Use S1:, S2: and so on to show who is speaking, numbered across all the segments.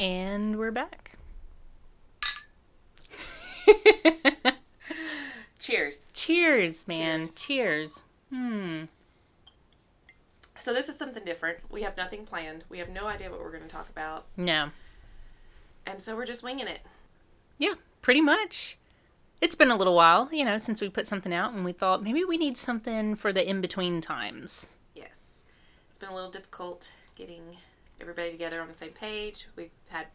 S1: And we're back.
S2: Cheers.
S1: Cheers, man. Cheers. Hmm.
S2: So this is something different. We have nothing planned. We have no idea what we're going to talk about,
S1: No.
S2: and so we're just winging it.
S1: Yeah, pretty much. It's been a little while, you know, since we put something out and we thought maybe we need something for the in between times.
S2: Yes. It's been a little difficult getting everybody together on the same page. We've had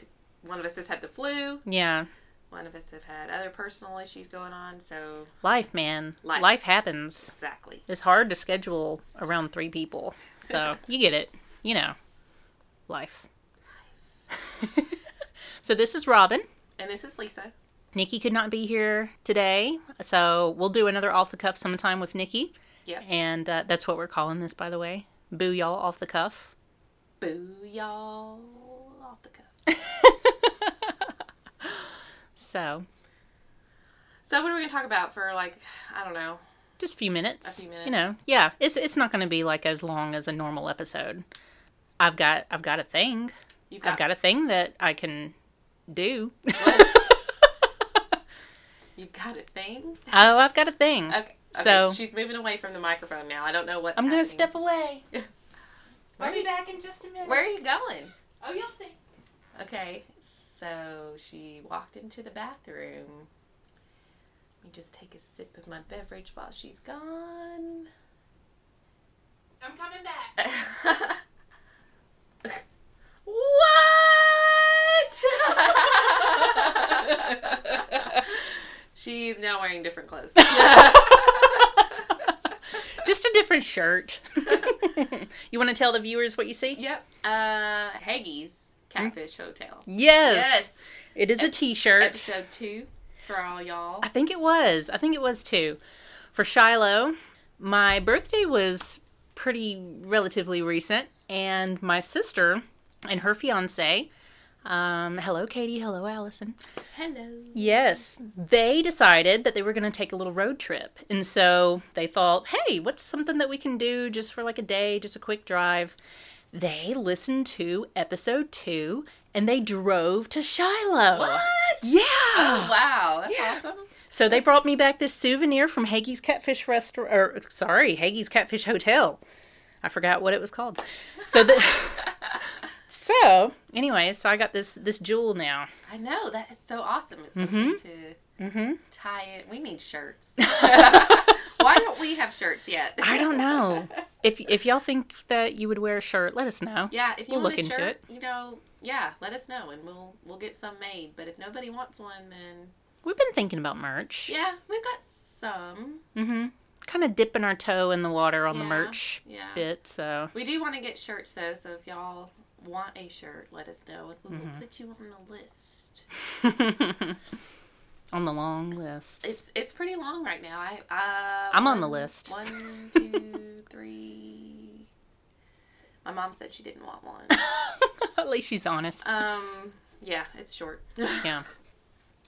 S2: one of us has had the flu.
S1: Yeah.
S2: One of us have had other personal issues going on, so
S1: Life, man.
S2: Life.
S1: Life happens.
S2: exactly.
S1: It's hard to schedule around three people. So you get it. You know, life. so this is Robin.
S2: And this is Lisa.
S1: Nikki could not be here today. So we'll do another off the cuff sometime with Nikki.
S2: Yep.
S1: And uh, that's what we're calling this, by the way. Boo y'all off the cuff.
S2: Boo y'all off the cuff.
S1: So
S2: So what are we gonna talk about for like I don't know.
S1: just a few minutes.
S2: A few
S1: You know,
S2: minutes.
S1: yeah. It's it's not going to be like as long as a normal episode. I've got I've got a thing.
S2: You've
S1: I've got a thing that I can do.
S2: you've got a thing.
S1: oh, I've got a thing.
S2: Okay. okay.
S1: So-
S2: she's moving away from the microphone now. I don't know what's
S1: I'm going to
S2: happening.
S1: step away.
S2: Where,
S1: I'll
S2: are
S1: be
S2: you,
S1: back in just a minute.
S2: where are you going?
S1: Oh, you'll see.
S2: Okay, so she walked into the bathroom. Let me just take a sip of my beverage while she's gone.
S1: I'm coming back.
S2: what? she's now wearing different clothes.
S1: Just a different shirt. you want to tell the viewers what you see?
S2: yep. Uh, Haggie's Catfish Hotel.
S1: Yes. It is a t-shirt.
S2: Episode two for all y'all.
S1: I think it was. I think it was too. For Shiloh, my birthday was pretty relatively recent, and my sister and her fiance, um, hello Katie, hello Allison.
S2: Hello.
S1: Yes, they decided that they were going to take a little road trip, and so they thought, hey, what's something that we can do just for like a day, just a quick drive? They listened to episode two, and they drove to Shiloh.
S2: What?
S1: Yeah. Ah.
S2: Oh, wow. That's
S1: Yeah.
S2: awesome.
S1: So they brought me back this souvenir from Hagee's Catfish Restaurant, or sorry, Hagee's Catfish Hotel. I forgot what it was called. So the so anyway, so I got this this jewel now.
S2: I know that is so awesome. It's
S1: Mm-hmm.
S2: something to tie it. We need shirts. Why don't we have shirts yet?
S1: I don't know if if y'all think that you would wear a shirt, let us know.
S2: Yeah, if you
S1: We'll
S2: want
S1: look
S2: a
S1: into
S2: shirt,
S1: it.
S2: you know, yeah, let us know and we'll we'll get some made. But if nobody wants one, then
S1: We've been thinking about merch.
S2: yeah, we've got some.
S1: Mm-hmm. Kind of dipping our toe in the water on the
S2: Yeah,
S1: merch
S2: Yeah,
S1: bit. So
S2: we do want to get shirts though. So if y'all want a shirt, let us know and we
S1: Mm-hmm.
S2: will put you on the list.
S1: on the long list.
S2: It's it's pretty long right now. I uh,
S1: I'm on the list.
S2: One, two, three. My mom said she didn't want one.
S1: At least she's honest.
S2: Um, yeah, it's short.
S1: Yeah.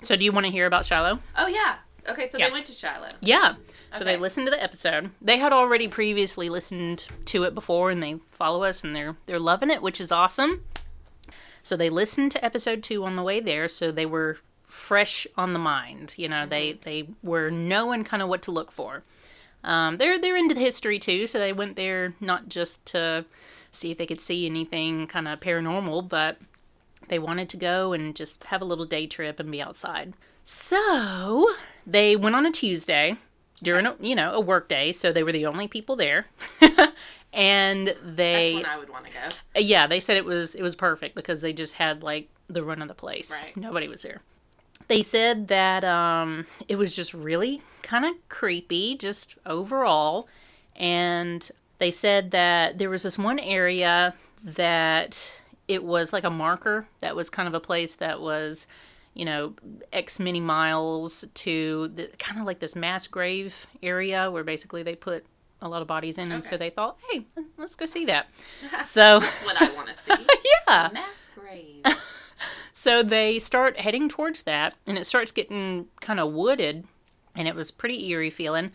S1: So do you want to hear about Shiloh?
S2: Oh yeah. Okay, so
S1: Yeah.
S2: they went to Shiloh.
S1: Yeah. So they
S2: Okay.
S1: listened to the episode. They had already previously listened to it before and they follow us and they're they're loving it, which is awesome. So they listened to episode 2 on the way there, so they were fresh on the mind, you know, they they were knowing kind of what to look for. Um, they're they're into the history too, so they went there not just to see if they could see anything kind of paranormal, but they wanted to go and just have a little day trip and be outside. So they went on a Tuesday during a, you know a work day, so they were the only people there, and
S2: That's
S1: they
S2: when I would want to go.
S1: yeah they said it was it was perfect because they just had like the run of the place.
S2: Right.
S1: Nobody was there. They said that um, it was just really kind of creepy, just overall, and they said that there was this one area that it was like a marker that was kind of a place that was you know x many miles to the kind of like this mass grave area where basically they put a lot of bodies in and so
S2: Okay.
S1: they thought hey let's go see that so
S2: That's what I want to see.
S1: yeah
S2: Mass grave.
S1: so they start heading towards that, and it starts getting kind of wooded, and it was pretty eerie feeling.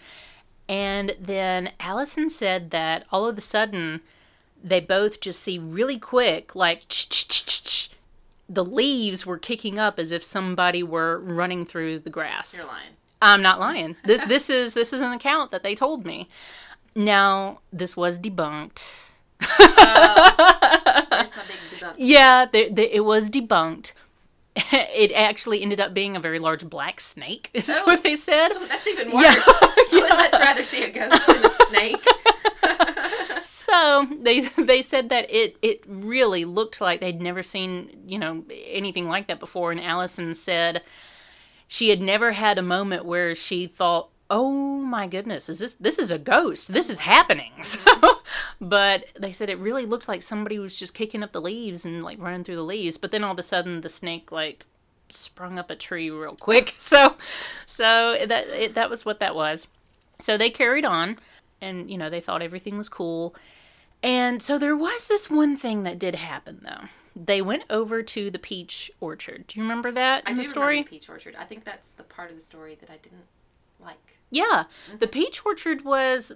S1: And then Allison said that all of a sudden, they both just see really quick, like, the leaves were kicking up as if somebody were running through the grass.
S2: You're lying.
S1: I'm not lying. This this is this is an account that they told me. Now this was debunked.
S2: There's my big debunk.
S1: Yeah, the, the, it was debunked. it actually ended up being a very large black snake, is
S2: Oh.
S1: what they said.
S2: Oh, that's even worse.
S1: Yeah.
S2: I would much rather see a ghost than a snake.
S1: So they they said that it it really looked like they'd never seen you know anything like that before. And Allison said she had never had a moment where she thought, "Oh my goodness, is this this is a ghost? This is happening." So, but they said it really looked like somebody was just kicking up the leaves and like running through the leaves. But then all of a sudden, the snake like sprung up a tree real quick. So so that it, that was what that was. So they carried on and you know they thought everything was cool and so there was this one thing that did happen though they went over to the peach orchard do you remember that in
S2: I
S1: the
S2: do
S1: story
S2: remember the peach orchard. I think that's the part of the story that I didn't like.
S1: yeah the peach orchard was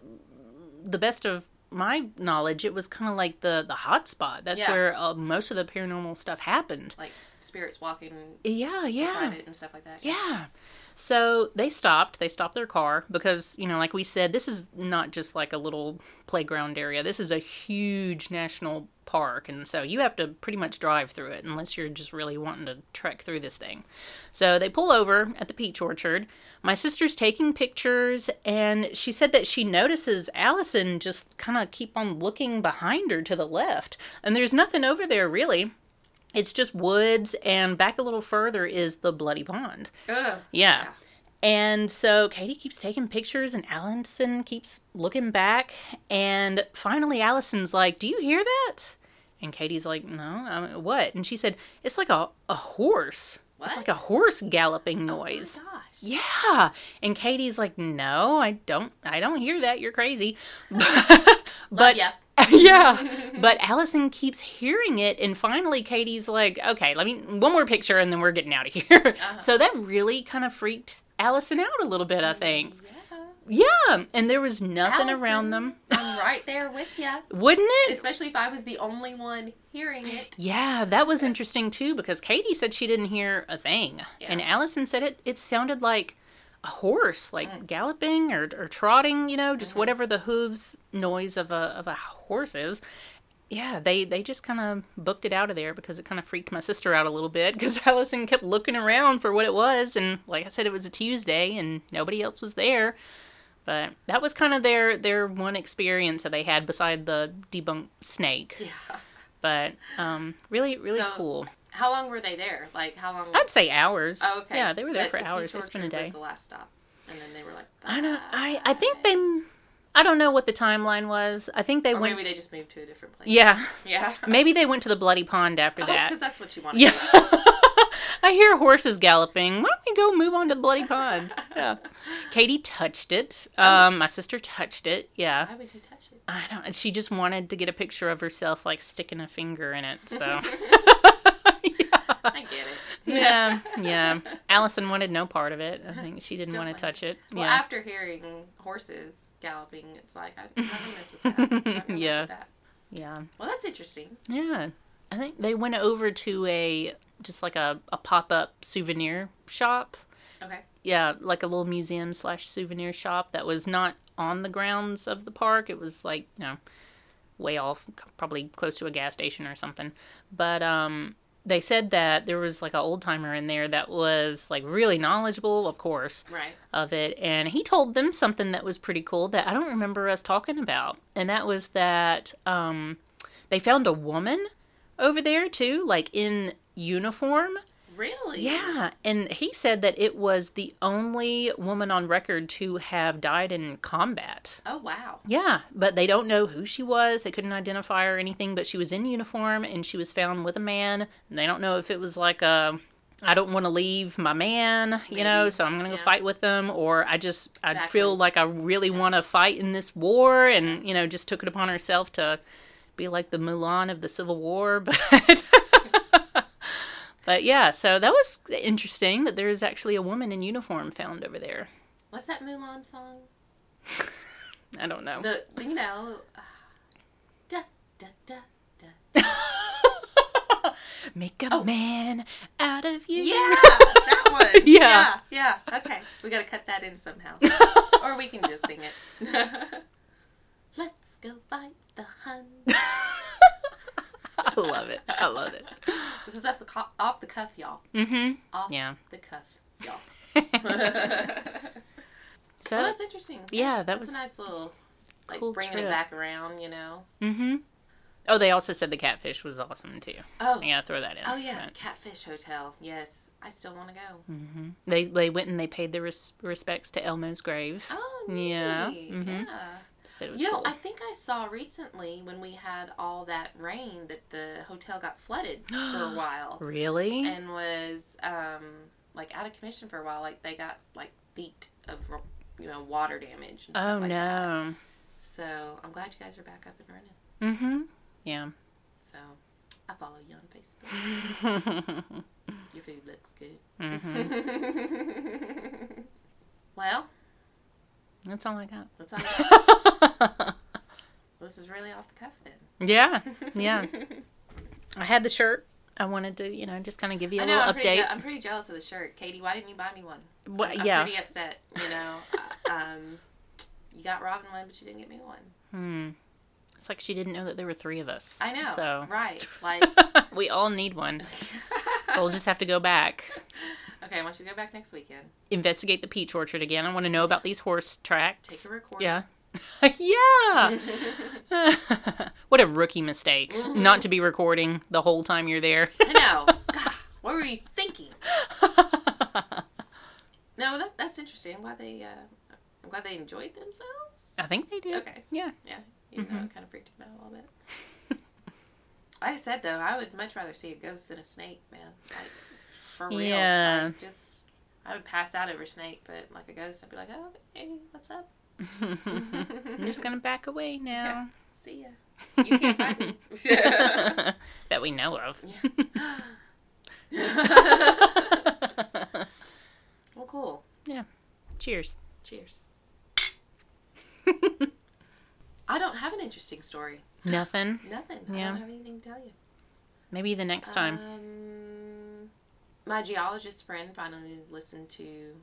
S1: the best of my knowledge it was kind of like the the hot spot that's
S2: Yeah.
S1: where uh, most of the paranormal stuff happened
S2: Like spirits walking
S1: yeah yeah
S2: beside it and stuff like that.
S1: Yeah. So they stopped. They stopped their car because, you know, like we said, this is not just like a little playground area. This is a huge national park. And so you have to pretty much drive through it unless you're just really wanting to trek through this thing. So they pull over at the peach orchard. My sister's taking pictures, and she said that she notices Allison just kind of keep on looking behind her to the left. And there's nothing over there really. It's just woods, and back a little further is the Bloody Pond.
S2: Ugh.
S1: Yeah.
S2: Yeah.
S1: And so Katie keeps taking pictures, and Allison keeps looking back. And finally, Allison's like, Do you hear that? And Katie's like, No, I mean, what? And she said, It's like a, a horse. It's
S2: What?
S1: like a horse galloping
S2: Oh my
S1: noise.
S2: gosh.
S1: Yeah. And Katie's like, "No, I don't I don't hear that. You're crazy." but
S2: Love ya.
S1: yeah. But Allison keeps hearing it and finally Katie's like, "Okay, let me one more picture and then we're getting out of here." So that really kind of freaked Allison out a little bit, I think.
S2: Yeah.
S1: Yeah, and there was nothing
S2: Allison,
S1: around them.
S2: I'm right there with ya.
S1: Wouldn't it?
S2: Especially if I was the only one hearing it.
S1: Yeah, that was interesting too because Katie said she didn't hear a thing,
S2: Yeah.
S1: and Allison said it. It sounded like a horse, like galloping or, or trotting, you know, just whatever the hooves noise of a of a horse is. Yeah, they they just kind of booked it out of there because it kind of freaked my sister out a little bit because Allison kept looking around for what it was, and like I said, it was a Tuesday and nobody else was there. But that was kind of their their one experience that they had beside the debunked snake
S2: Yeah.
S1: but um, really, really
S2: So-
S1: cool.
S2: How long were they there? Like how long?
S1: I'd say hours.
S2: Oh, okay.
S1: Yeah, they were there
S2: But
S1: for
S2: the
S1: hours.
S2: Peach
S1: They spent a
S2: Orchard
S1: day.
S2: Was the last stop, and then they were like.
S1: I don't. I I think they. I don't know what the timeline was. I think they
S2: Uh, Or
S1: went.
S2: maybe they Oh, just moved to a different place.
S1: yeah,
S2: Yeah.
S1: maybe they went to the bloody pond after that.
S2: because that's what you want.
S1: Yeah. I hear horses galloping. Why don't we go move on to the bloody pond? Yeah. Katie touched it.
S2: Oh.
S1: Um, my sister touched it. Yeah.
S2: Why would you touch it?
S1: I don't. And she just wanted to get a picture of herself, like sticking a finger in it. So. yeah.
S2: I get it.
S1: yeah, yeah. Allison wanted no part of it. I think she didn't
S2: Don't
S1: want
S2: like
S1: to touch it.
S2: Well,
S1: yeah.
S2: after hearing horses galloping, it's like I, I'm not gonna mess with that. I'm not gonna mess
S1: Yeah.
S2: with that.
S1: yeah.
S2: Well, that's interesting.
S1: Yeah. I think they went over to a just like a, a pop up souvenir shop.
S2: Okay.
S1: Yeah, like a little museum slash souvenir shop that was not on the grounds of the park. It was like, you know, way off, c- probably close to a gas station or something. But um they said that there was like an old timer in there that was like really knowledgeable, of course.
S2: Right.
S1: of it and he told them something that was pretty cool that I don't remember us talking about and that was that um they found a woman over there too like in uniform
S2: Really?
S1: yeah and he said that it was the only woman on record to have died in combat
S2: Oh wow.
S1: yeah but they don't know who she was they couldn't identify her or anything but she was in uniform and she was found with a man and they don't know if it was like a I don't want to leave my man, you know,
S2: Maybe.
S1: so I'm gonna go
S2: Yeah.
S1: fight with them, or I just I
S2: Exactly.
S1: feel like I really want to fight in this war, and you know, just took it upon herself to be like the Mulan of the Civil War, but but yeah, so that was interesting that there is actually a woman in uniform found over there.
S2: What's that Mulan song?
S1: I don't know.
S2: The you know. uh, Da da da da.
S1: Make a man out of you.
S2: Yeah, that one.
S1: Yeah.
S2: yeah, yeah. Okay, we gotta cut that in somehow, or we can just sing it. Let's go fight the Hun.
S1: I love it. I love it.
S2: This is off the co- off the cuff, y'all.
S1: Mm-hmm.
S2: Off
S1: Yeah.
S2: the cuff, y'all. well,
S1: So,
S2: that's interesting.
S1: yeah, that
S2: that's
S1: was
S2: a nice little like
S1: cool
S2: bringing
S1: trip.
S2: it back around, you know.
S1: Mm-hmm. Oh, they also said the catfish was awesome too.
S2: Oh,
S1: I gotta throw that in.
S2: oh yeah, Catfish Hotel. Yes, I still want to go.
S1: Mm-hmm. They they went and they paid their res- respects to Elmo's grave.
S2: Oh,
S1: Yeah,
S2: neat.
S1: mhm.
S2: yeah.
S1: Said it was
S2: You know,
S1: cool.
S2: I think I saw recently when we had all that rain that the hotel got flooded for a while
S1: really?
S2: and was um, like out of commission for a while. Like they got like feet of you know water damage. And stuff
S1: oh
S2: like That.
S1: no.
S2: So I'm glad you guys are back up and running.
S1: Mm-hmm. Yeah.
S2: So I follow you on Facebook.
S1: mm-hmm.
S2: Your food looks good.
S1: Mm-hmm.
S2: well,
S1: That's all I got.
S2: that's all. this is really off the cuff then.
S1: yeah. Yeah. I had the shirt. I wanted to, you know, just kind of give you a
S2: I know.
S1: little
S2: I'm pretty, je-
S1: update.
S2: I'm pretty jealous of the shirt, Katie. Why didn't you buy me one?
S1: Wha-
S2: I'm
S1: yeah.
S2: pretty upset. You know, Uh, um, you got Robin one, but you didn't get me one.
S1: Hmm. It's like she didn't know that there were three of us.
S2: I know.
S1: So
S2: Right. Like.
S1: we all need one. We'll just have to go back,
S2: okay, I want you to go back next weekend.
S1: investigate the peach orchard again. I want to know about these horse tracks.
S2: Take a recording.
S1: Yeah. yeah.
S2: Mm-hmm.
S1: what a rookie mistake not to be recording the whole time you're there.
S2: I know. God, what were you thinking? No, that, that's interesting. I'm glad they. Uh, I'm glad they enjoyed themselves.
S1: I think they do.
S2: Okay.
S1: Yeah.
S2: Yeah, even though it kind of freaked me out a little bit. Mm-hmm. like I said though, I would much rather see a ghost than a snake, man. Like for real,
S1: Yeah.
S2: like, just I would pass out over snake, but like a ghost, I'd be like, oh, hey, what's up?
S1: I'm
S2: Mm-hmm.
S1: just going to back away now.
S2: See ya. You can't find me.
S1: that we know of.
S2: well, cool.
S1: Cheers.
S2: Cheers. I don't have an interesting story.
S1: Nothing.
S2: Nothing. I
S1: Yeah.
S2: don't have anything to tell you.
S1: Maybe the next time.
S2: Um, my geologist friend finally listened to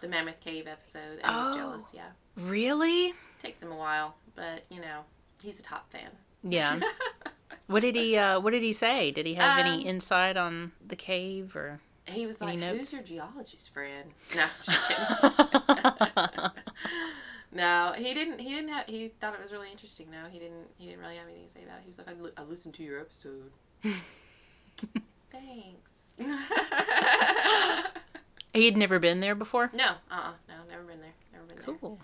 S2: the Mammoth Cave episode and was
S1: Oh.
S2: jealous. Yeah,
S1: really?
S2: takes him a while, but you know he's a top fan.
S1: Yeah. What did he uh what did he say? Did he have any
S2: Um,
S1: insight on the cave or
S2: he was
S1: Any
S2: like,
S1: notes?
S2: "Who's your geologist friend?" No, I'm just kidding. no, he didn't. He didn't have. He thought it was really interesting. No, he didn't. He didn't really have anything to say about it. He was like, "I, li- I listened to your episode." Thanks.
S1: he had never been there before?
S2: no, uh, uh no, never been there. Never been there.
S1: Cool.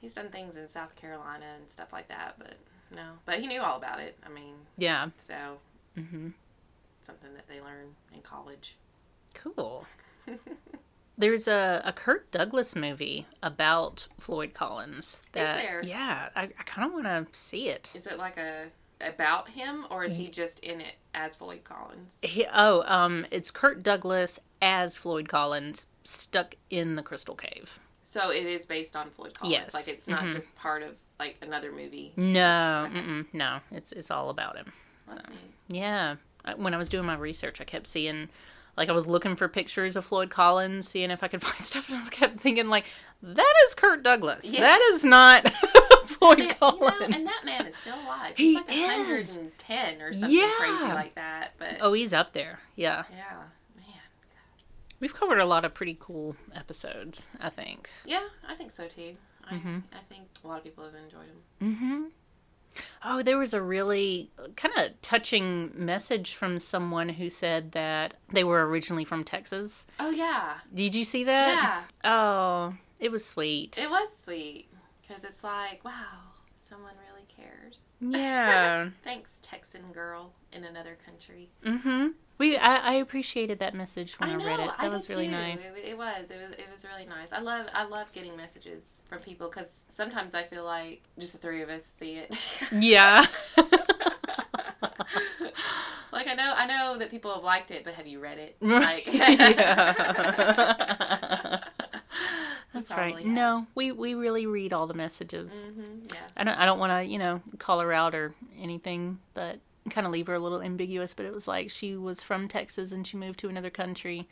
S2: He's done things in South Carolina and stuff like that, but no. But he knew all about it. I mean,
S1: Yeah.
S2: so
S1: Mm-hmm.
S2: something that they learn in college.
S1: Cool. There's a, a Kurt Douglas movie about Floyd Collins. That,
S2: there?
S1: Yeah, I, I kind of want to see it.
S2: Is it like a about him or is he just in it as Floyd Collins?
S1: He, oh, um, it's Kurt Douglas as Floyd Collins stuck in the Crystal Cave.
S2: So it is based on Floyd Collins.
S1: Yes. Mm-hmm.
S2: Like it's not
S1: Mhm.
S2: just part of like another movie.
S1: No,
S2: It's-
S1: mm-mm, no, it's it's all about him.
S2: That's neat.
S1: Yeah. I- When I was doing my research, I kept seeing, like, I was looking for pictures of Floyd Collins, seeing if I could find stuff, and I kept thinking, like, that is Kurt Douglas. That
S2: Yes.
S1: is not Floyd
S2: Man, you know,
S1: Collins.
S2: and that man is still alive.
S1: He
S2: He's like
S1: is.
S2: 110 or something
S1: Yeah.
S2: crazy like that. But
S1: Oh, he's up there. Yeah.
S2: yeah, man.
S1: We've covered a lot of pretty cool episodes, I think.
S2: Yeah, I think so too. I,
S1: Mhm.
S2: I think a lot of people have enjoyed him.
S1: Mm-hmm. Oh, there was a really kind of touching message from someone who said that they were originally from Texas.
S2: Oh yeah,
S1: Did you see that?
S2: yeah.
S1: Yeah. Oh, it was sweet.
S2: It was sweet because it's like, wow, someone really cares.
S1: Yeah.
S2: Thanks, Texan girl in another country.
S1: mm-hmm. We I, I appreciated that message when I, read it. That
S2: did
S1: was really
S2: too.
S1: nice.
S2: It, it was. It was. It was really nice. I love. I love getting messages from people because sometimes I feel like just the three of us see it.
S1: Yeah.
S2: like I know. I know that people have liked it, but have you read it? Like,
S1: Right. Yeah. That's right. No, we we really read all the messages.
S2: Mm-hmm, yeah.
S1: I don't I don't want to you know call her out or anything, but kind of leave her a little ambiguous, but it was like she was from Texas and she moved to another country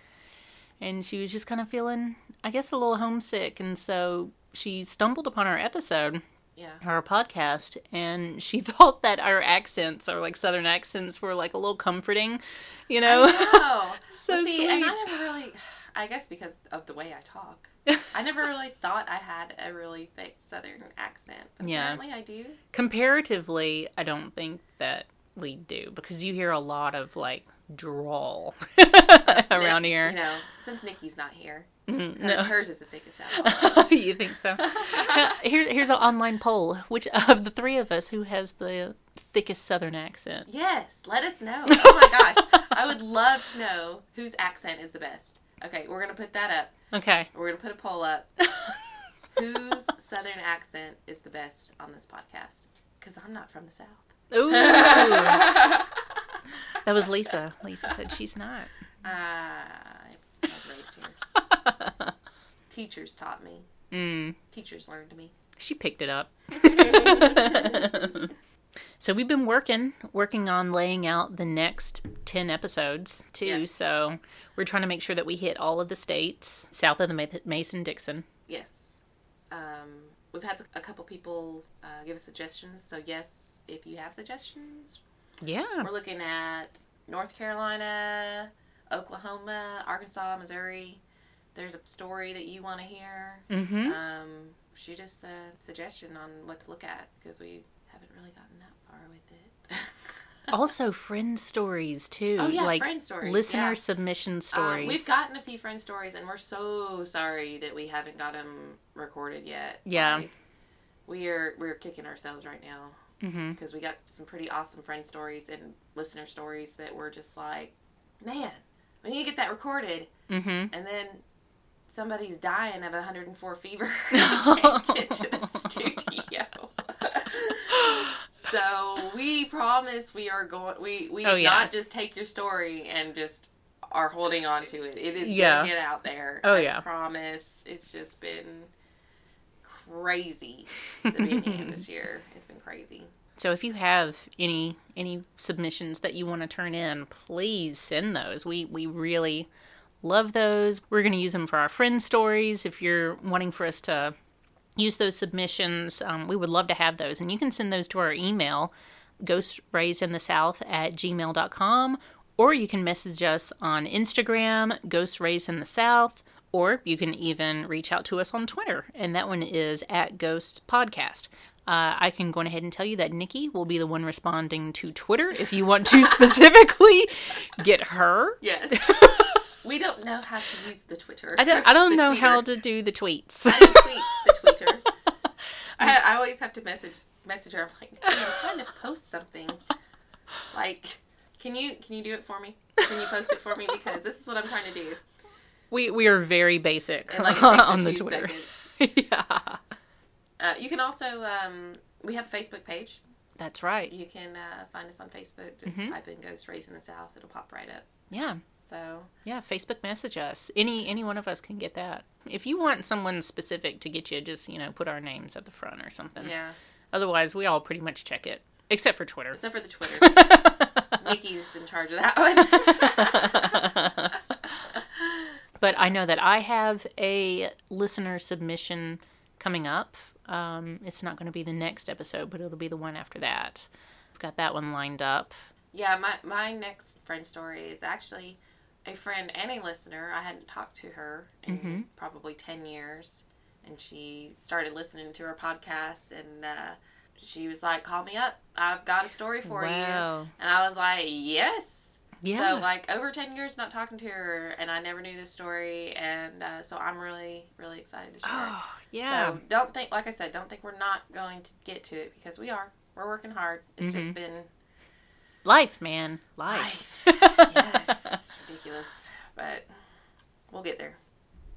S1: and she was just kind of feeling, I guess, a little homesick. And so she stumbled upon our episode,
S2: Yeah.
S1: our podcast, and she thought that our accents, our like southern accents, were like a little comforting, you know?
S2: Oh,
S1: So
S2: Well, see, and
S1: sweet.
S2: I never really. I guess because of the way I talk, I never really thought I had a really thick Southern accent. But
S1: Yeah.
S2: Apparently, I do.
S1: Comparatively, I don't think that we do because you hear a lot of like drawl around
S2: Nick-
S1: here.
S2: You know, since Nikki's not here,
S1: Mhm,
S2: her-
S1: no.
S2: hers is the thickest out.
S1: you think so? Now, Here, here's an online poll. Which of the three of us who has the thickest southern accent?
S2: yes, let us know. Oh my gosh, I would love to know whose accent is the best. Okay, we're gonna put that up.
S1: Okay.
S2: We're gonna put a poll up. whose Southern accent is the best on this podcast? Because I'm not from the South.
S1: Ooh. that was Lisa. Lisa said she's not.
S2: I was raised here. Teachers taught me.
S1: Mm,
S2: Teachers learned me.
S1: she picked it up. so we've been working, working on laying out the next 10 episodes too.
S2: Yes.
S1: So we're trying to make sure that we hit all of the states south of the Mason Dixon.
S2: Yes. Um, we've had a couple people uh, give us suggestions. So, yes, if you have suggestions,
S1: Yeah.
S2: we're looking at North Carolina, Oklahoma, Arkansas, Missouri. There's a story that you want to hear.
S1: Mm-hmm.
S2: Um, shoot us a suggestion on what to look at because we haven't really gotten that far with it.
S1: Also, friend stories too.
S2: oh, yeah,
S1: like
S2: friend stories.
S1: listener
S2: yeah.
S1: submission
S2: Um,
S1: stories.
S2: we've gotten a few friend stories, and we're so sorry that we haven't got them recorded yet.
S1: Yeah.
S2: Like, we are we're kicking ourselves right now
S1: hmm
S2: because we got some pretty awesome friend stories and listener stories that were just like, man, we need to get that recorded,
S1: hmm
S2: and then somebody's dying of 104 fever. We can't get to the studio. so we promise we are going. We we
S1: Oh,
S2: did
S1: yeah.
S2: not just take your story and just are holding on to it. It is
S1: Yeah.
S2: gonna get out there.
S1: Oh,
S2: I
S1: yeah.
S2: promise. It's just been crazy. The beginning of this year, it's been crazy.
S1: So if you have any any submissions that you want to turn in, please send those. We we really love those. We're going to use them for our friend stories. If you're wanting for us to use those submissions, um, we would love to have those. And you can send those to our email, ghostraisedinthesouth at gmail.com, or you can message us on Instagram, Ghost Raised in the South, or you can even reach out to us on Twitter. And that one is at Ghost Podcast. Uh, I can go ahead and tell you that Nikki will be the one responding to Twitter if you want to specifically get her.
S2: Yes. We don't know how to use the Twitter.
S1: I don't, I don't
S2: The
S1: know how
S2: tweeter.
S1: to do the tweets.
S2: tweet the tweeter. I, I always have to message message her. I'm like, "Hey, I'm trying to post something. Like, can you can you do it for me? Can you post it for me? Because this is what I'm trying to do.
S1: We we are very basic
S2: And like, it takes her
S1: on the
S2: two
S1: Twitter.
S2: seconds.
S1: yeah,
S2: Uh, you can also um, we have a Facebook page.
S1: that's right.
S2: You can uh, find us on Facebook. Just
S1: Mhm.
S2: type in "Ghost Raised in the South." It'll pop right up.
S1: Yeah,
S2: So
S1: yeah. Facebook message us. Any any one of us can get that. If you want someone specific to get you, just you know put our names at the front or something.
S2: yeah,
S1: Otherwise, we all pretty much check it, except for Twitter.
S2: except for the Twitter, Nikki's in charge of that one.
S1: But I know that I have a listener submission coming up. Um, it's not going to be the next episode, but it'll be the one after that. I've got that one lined up.
S2: Yeah, my my next friend story is actually a friend and a listener. I hadn't talked to her in
S1: Mhm.
S2: probably ten years, and she started listening to her podcast, and uh, she was like, "Call me up. I've got a story for you."
S1: wow.
S2: And I was like, "Yes."
S1: Yeah.
S2: So like over ten years not talking to her, and I never knew this story, and uh, so I'm really really excited to share. it.
S1: oh, yeah.
S2: So don't think, like I said, don't think we're not going to get to it because we are. We're working hard. It's
S1: Mm-hmm.
S2: just been
S1: Life, man. Life.
S2: yes, it's ridiculous, but we'll get there.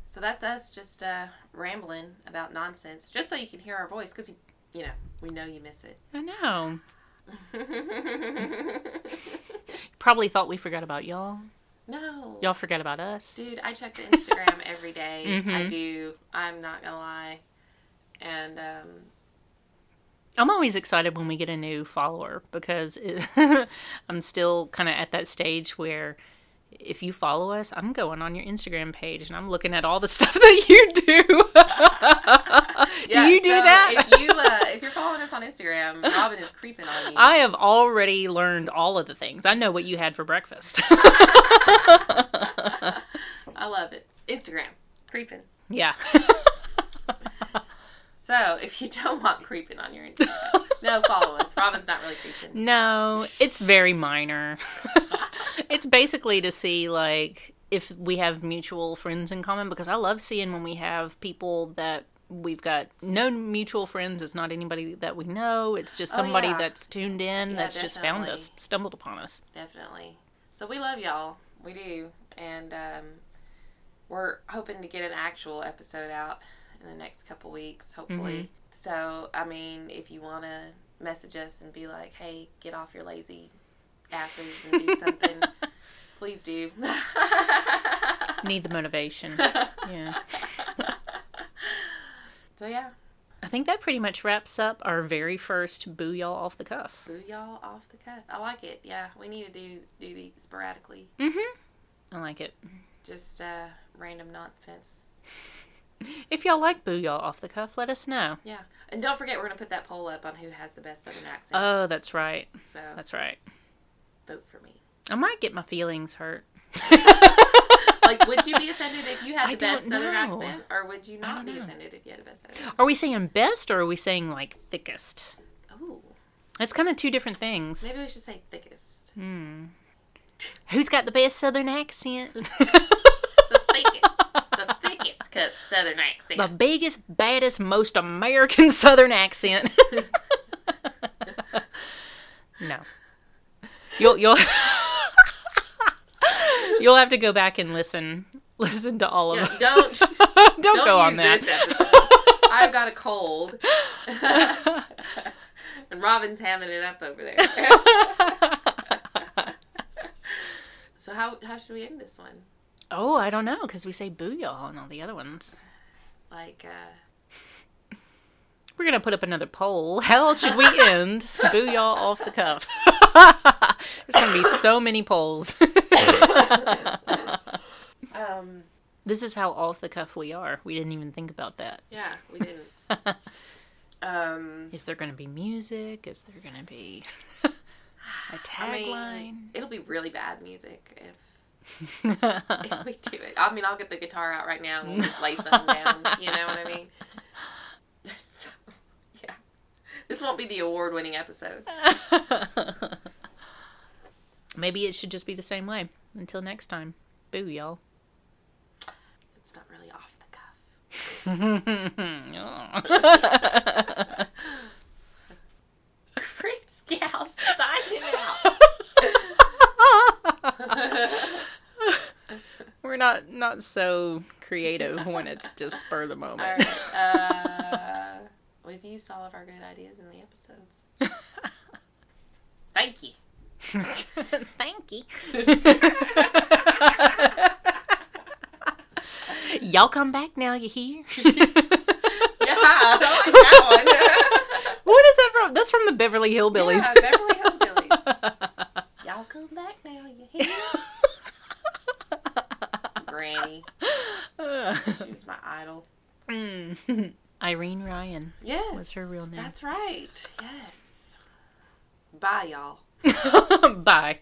S2: So that's us just uh, rambling about nonsense, just so you can hear our voice, because you, you know we know you miss it.
S1: I know. Probably thought we forgot about y'all.
S2: no,
S1: Y'all forgot about us.
S2: dude, I check the Instagram every day. I
S1: Mhm.
S2: do. I'm not gonna lie, and um,
S1: I'm always excited when we get a new follower because it, I'm still kind of at that stage where if you follow us, I'm going on your Instagram page and I'm looking at all the stuff that you do.
S2: Yeah,
S1: do you do
S2: so
S1: that?
S2: If you uh, if you're following us on Instagram, Robin is creeping on you.
S1: I have already learned all of the things. I know what you had for breakfast.
S2: I love it. Instagram creeping.
S1: yeah.
S2: So if you don't want creeping on your Instagram, no follow us. Robin's not really creeping.
S1: No, it's very minor. it's basically to see like if we have mutual friends in common because I love seeing when we have people that we've got no mutual friends. It's not anybody that we know. It's just
S2: Oh,
S1: somebody
S2: yeah.
S1: that's tuned in that's just found
S2: definitely.
S1: us, stumbled upon us.
S2: Definitely. So we love y'all. We do, and um, we're hoping to get an actual episode out in the next couple weeks, hopefully. So I mean, if you want to message us and be like, "Hey, get off your lazy asses and do something," please do.
S1: Need the motivation. yeah.
S2: so yeah,
S1: I think that pretty much wraps up our very first Boo Y'all Off the Cuff.
S2: boo y'all off the cuff. I like it. Yeah, we need to do do these sporadically,
S1: Mm hmm. I like it.
S2: just uh, random nonsense.
S1: If y'all like Boo Y'all Off the Cuff, let us know.
S2: Yeah, and don't forget we're gonna put that poll up on who has the best Southern accent.
S1: Oh, that's right.
S2: so
S1: That's right.
S2: vote for me.
S1: I might get my feelings hurt.
S2: Like, would you be offended if you had
S1: I
S2: the best
S1: don't
S2: Southern
S1: know.
S2: accent, or would you not
S1: don't
S2: be
S1: know.
S2: offended if you had the best Southern? accent?
S1: Are we saying best or are we saying like thickest?
S2: Oh,
S1: That's kind of two different things.
S2: maybe we should say thickest.
S1: Hmm. Who's got the best southern accent?
S2: The thickest, the thickest cut Southern accent.
S1: the biggest, baddest, most American southern accent. no. You'll you'll You'll have to go back and listen. Listen to all of
S2: Yeah,
S1: us.
S2: don't-
S1: don't,
S2: Don't
S1: go on
S2: use
S1: that.
S2: this episode. I've got a cold, and Robin's hamming it up over there. so how how should we end this one?
S1: oh, I don't know, because we say boo y'all and all the other ones.
S2: Like, uh,
S1: We're gonna put up another poll. How should we end? Boo y'all off the cuff. There's gonna be so many polls.
S2: um,
S1: this is how off the cuff we are. We didn't even think about that.
S2: yeah, we didn't. Um,
S1: Is there gonna be music? Is there gonna be a
S2: I mean,
S1: tagline?
S2: it'll be really bad music if if we do it. I mean, I'll get the guitar out right now and we'll just lay something down. You know what I mean? So, yeah. This won't be the award winning episode.
S1: Maybe it should just be the same way. Until next time. Boo y'all.
S2: It's not really off the cuff. Great Scout signing out.
S1: We're not not so creative when it's just spur of the moment.
S2: All right. Uh, we've used all of our good ideas in the episodes. Thank you.
S1: uh, Thank you. Y'all come back now, you hear?
S2: Yeah, I like that one.
S1: What is that from? That's from the Beverly Hillbillies.
S2: Yeah, Beverly Hillbillies. Y'all come back now, you hear? Granny. She was my idol.
S1: Mm. Irene Ryan.
S2: Yes.
S1: What's her real name?
S2: That's right. Yes. Bye, y'all.
S1: Bye.